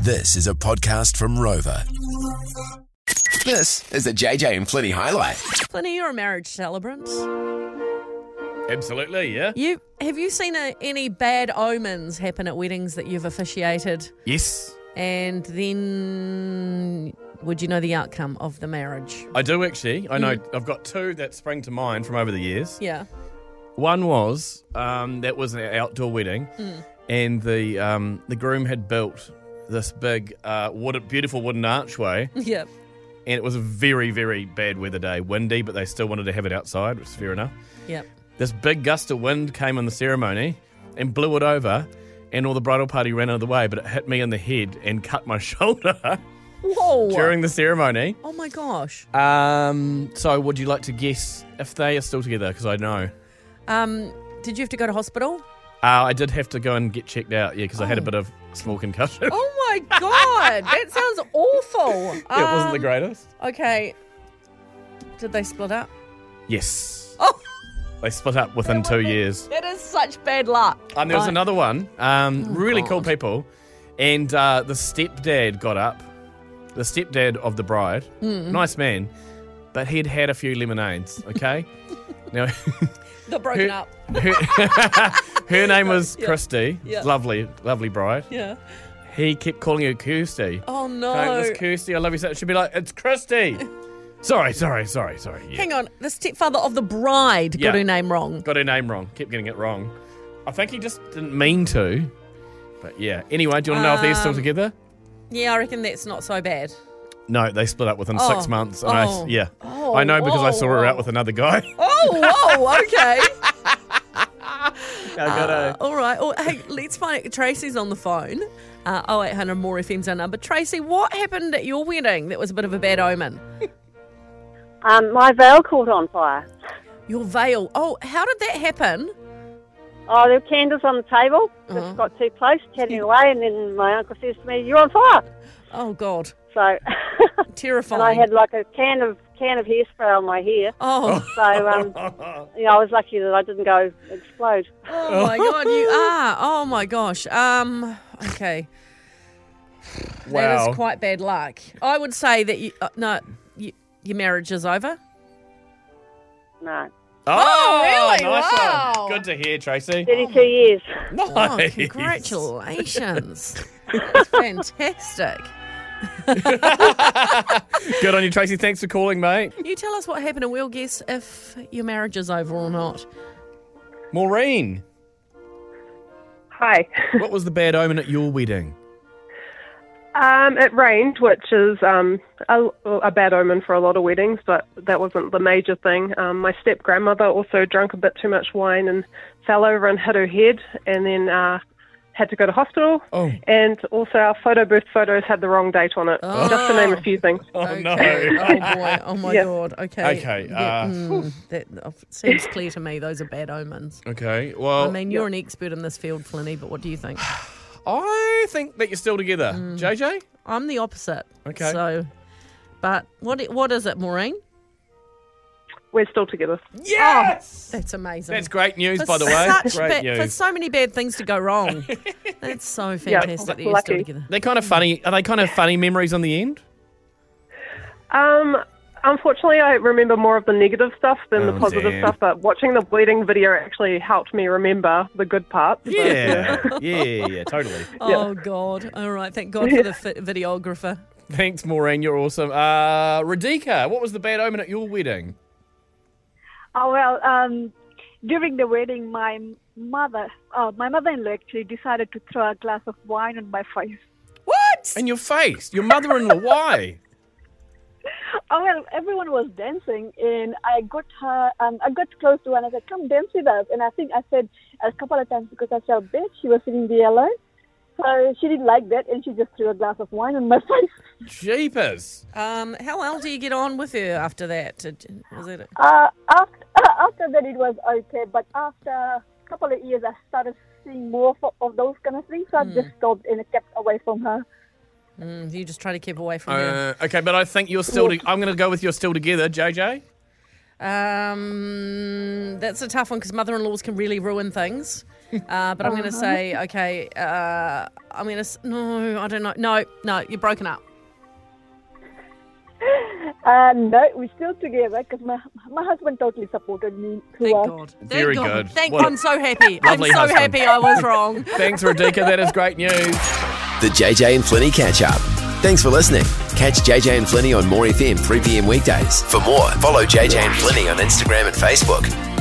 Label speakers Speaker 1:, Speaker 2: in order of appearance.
Speaker 1: This is a podcast from Rover.
Speaker 2: This is a JJ and Flinny highlight.
Speaker 3: Pliny, you're a marriage celebrant.
Speaker 4: Absolutely, yeah.
Speaker 3: You have you seen uh any bad omens happen at weddings that you've officiated,
Speaker 4: Yes.
Speaker 3: and then would you know the outcome of the marriage?
Speaker 4: I do actually. I know I've got two that spring to mind from over the years.
Speaker 3: Yeah.
Speaker 4: One was um, that was an outdoor wedding, and the um, the groom had built this big, uh, wood, beautiful wooden archway,
Speaker 3: Yeah.
Speaker 4: and it was a very, very bad weather day, windy, but they still wanted to have it outside, which is fair enough.
Speaker 3: Yep.
Speaker 4: This big gust of wind came on the ceremony and blew it over, and all the bridal party ran out of the way, but it hit me in the head and cut my shoulder
Speaker 3: Whoa.
Speaker 4: during the ceremony.
Speaker 3: oh my gosh.
Speaker 4: Um. So, would you like to guess if they are still together? Because I know.
Speaker 3: Um, did you have to go to hospital?
Speaker 4: Uh, I did have to go and get checked out. Yeah, because I had a bit of small concussion.
Speaker 3: Oh my god, that sounds awful.
Speaker 4: it wasn't the
Speaker 3: Um,
Speaker 4: greatest.
Speaker 3: Okay. Did they split up?
Speaker 4: Yes.
Speaker 3: Oh.
Speaker 4: They split up within two years.
Speaker 3: That is such bad luck.
Speaker 4: Um, there was
Speaker 3: Right. Oh,
Speaker 4: another one. Um, really cool people, and uh, the stepdad got up. The stepdad of the bride,
Speaker 3: Mm.
Speaker 4: nice man, but he'd had a few lemonades. Okay. now.
Speaker 3: They're broken up.
Speaker 4: Her name was
Speaker 3: Yeah.
Speaker 4: Christy.
Speaker 3: Yeah.
Speaker 4: Lovely, lovely bride.
Speaker 3: Yeah.
Speaker 4: He kept calling her Kirsty.
Speaker 3: Oh no.
Speaker 4: Hey, Miss Kirsty, I love you. so- She'd be like, it's Christy. sorry, sorry, sorry, sorry. Yeah.
Speaker 3: Hang on, the stepfather of the bride got
Speaker 4: Yeah.
Speaker 3: her name wrong.
Speaker 4: Got her name wrong. Kept getting it wrong. I think he just didn't mean to. But yeah. Anyway, do you want to know if they're still
Speaker 3: Um,
Speaker 4: together?
Speaker 3: Yeah, I reckon that's not so bad.
Speaker 4: No, they split up within
Speaker 3: Oh,
Speaker 4: six months. And I,
Speaker 3: oh,
Speaker 4: yeah.
Speaker 3: oh,
Speaker 4: I know because I
Speaker 3: whoa,
Speaker 4: saw her out
Speaker 3: whoa.
Speaker 4: with another guy.
Speaker 3: Oh, whoa, okay.
Speaker 4: I got
Speaker 3: Uh, all right. Well, hey, let's find out. Tracy's on the phone. Uh, 0800 More FM's our number. Tracy, what happened at your wedding that was a bit of a bad omen?
Speaker 5: Um, my veil caught on fire.
Speaker 3: Your veil. Oh, how did that happen?
Speaker 5: Oh, there were candles on the table. Just got too close, chatting away, and then my uncle says to me, "You're on fire."
Speaker 3: Oh, God.
Speaker 5: So,
Speaker 3: Terrifying.
Speaker 5: and I had like a can of can of hairspray on my hair.
Speaker 3: oh,
Speaker 5: So, um, you know, I was lucky that I didn't go explode.
Speaker 3: oh, my God. You are. Oh, my gosh. Um, Okay. That
Speaker 4: Wow.
Speaker 3: is quite bad luck. I would say that you, uh, no, you, your marriage is over.
Speaker 5: No,
Speaker 4: Oh,
Speaker 3: really?
Speaker 4: Nice
Speaker 3: Wow.
Speaker 4: one. Good to hear, Tracy.
Speaker 5: thirty-two years.
Speaker 3: Oh,
Speaker 4: Nice.
Speaker 3: congratulations. That's fantastic.
Speaker 4: Good on you, Tracy. Thanks for calling, mate.
Speaker 3: You tell us what happened and we'll guess if your marriage is over or not.
Speaker 4: Maureen,
Speaker 6: Hi.
Speaker 4: what was the bad omen at your wedding?
Speaker 6: Um, it rained, which is um, a, a bad omen for a lot of weddings, but that wasn't the major thing. Um, my step grandmother also drank a bit too much wine and fell over and hit her head, and then uh, had to go to hospital.
Speaker 4: Oh.
Speaker 6: And also, our photo booth photos had the wrong date on it, just to name a few things.
Speaker 4: Oh,
Speaker 3: Okay. oh boy. Oh my
Speaker 6: Yeah.
Speaker 3: god. Okay.
Speaker 4: Okay,
Speaker 3: Yeah,
Speaker 4: uh,
Speaker 3: mm, that uh, seems clear to me. Those are bad omens.
Speaker 4: Okay. Well,
Speaker 3: I mean, you're an expert in this field, Flinny, but what do you think?
Speaker 4: I think that you're still together,
Speaker 3: Mm.
Speaker 4: JJ.
Speaker 3: I'm the opposite.
Speaker 4: Okay.
Speaker 3: So, but what i- what is it, Maureen?
Speaker 6: We're still together.
Speaker 4: Yes,
Speaker 3: That's amazing.
Speaker 4: that's great news,
Speaker 3: For
Speaker 4: by the way.
Speaker 3: such
Speaker 4: great
Speaker 3: ba- for
Speaker 4: news.
Speaker 3: so many bad things to go wrong. That's so
Speaker 6: Yeah,
Speaker 3: fantastic that you're still
Speaker 6: lucky.
Speaker 3: together.
Speaker 4: They're kind of funny. Are they kind of funny memories on the end?
Speaker 6: Um, unfortunately, I remember more of the negative stuff than
Speaker 4: Oh,
Speaker 6: the positive
Speaker 4: damn.
Speaker 6: stuff, but watching the wedding video actually helped me remember the good parts. So,
Speaker 4: Yeah, yeah, yeah, totally.
Speaker 3: Oh God! All right, thank God for the fi- videographer.
Speaker 4: Thanks, Maureen. You're awesome. Uh, Radhika, what was the bad omen at your wedding?
Speaker 7: Oh well, um, during the wedding, my mother, uh, my mother-in-law actually decided to throw a glass of wine on my face.
Speaker 3: What?
Speaker 4: And your face, your mother-in-law. Why?
Speaker 7: Oh well, everyone was dancing, and I got her, um, I got close to her, and I said, "Come dance with us." And I think I said a couple of times because I felt bad. She was sitting there alone, so she didn't like that, and she just threw a glass of wine on my face.
Speaker 4: Jeepers.
Speaker 3: Um, how well do you get on with her after that? Did- Was it?
Speaker 7: Uh, after, after that, it was okay, but after a couple of years, I started seeing more of, of those kind of things, so I just stopped and kept away from her.
Speaker 3: Mm, you just try to keep away from her.
Speaker 4: Uh, okay, but I think you're still. To- I'm going to go with you're still together, JJ.
Speaker 3: Um, that's a tough one because mother-in-laws can really ruin things. Uh, but I'm going to say, okay, uh, I'm going to no, I don't know, no, no, you're broken up.
Speaker 7: Uh, no, we're still together because my, my husband totally supported me
Speaker 3: Thank
Speaker 7: throughout.
Speaker 3: God. Thank
Speaker 4: Very
Speaker 3: God.
Speaker 4: good.
Speaker 3: Thank
Speaker 4: What a
Speaker 3: I'm so happy. I'm
Speaker 4: lovely
Speaker 3: so
Speaker 4: husband.
Speaker 3: happy I was wrong.
Speaker 4: Thanks, Radika. That is great news.
Speaker 2: The JJ and Flinny catch up. Thanks for listening. Catch JJ and Flinny on More FM 3 p.m. weekdays. For more, follow JJ and Flinny on Instagram and Facebook.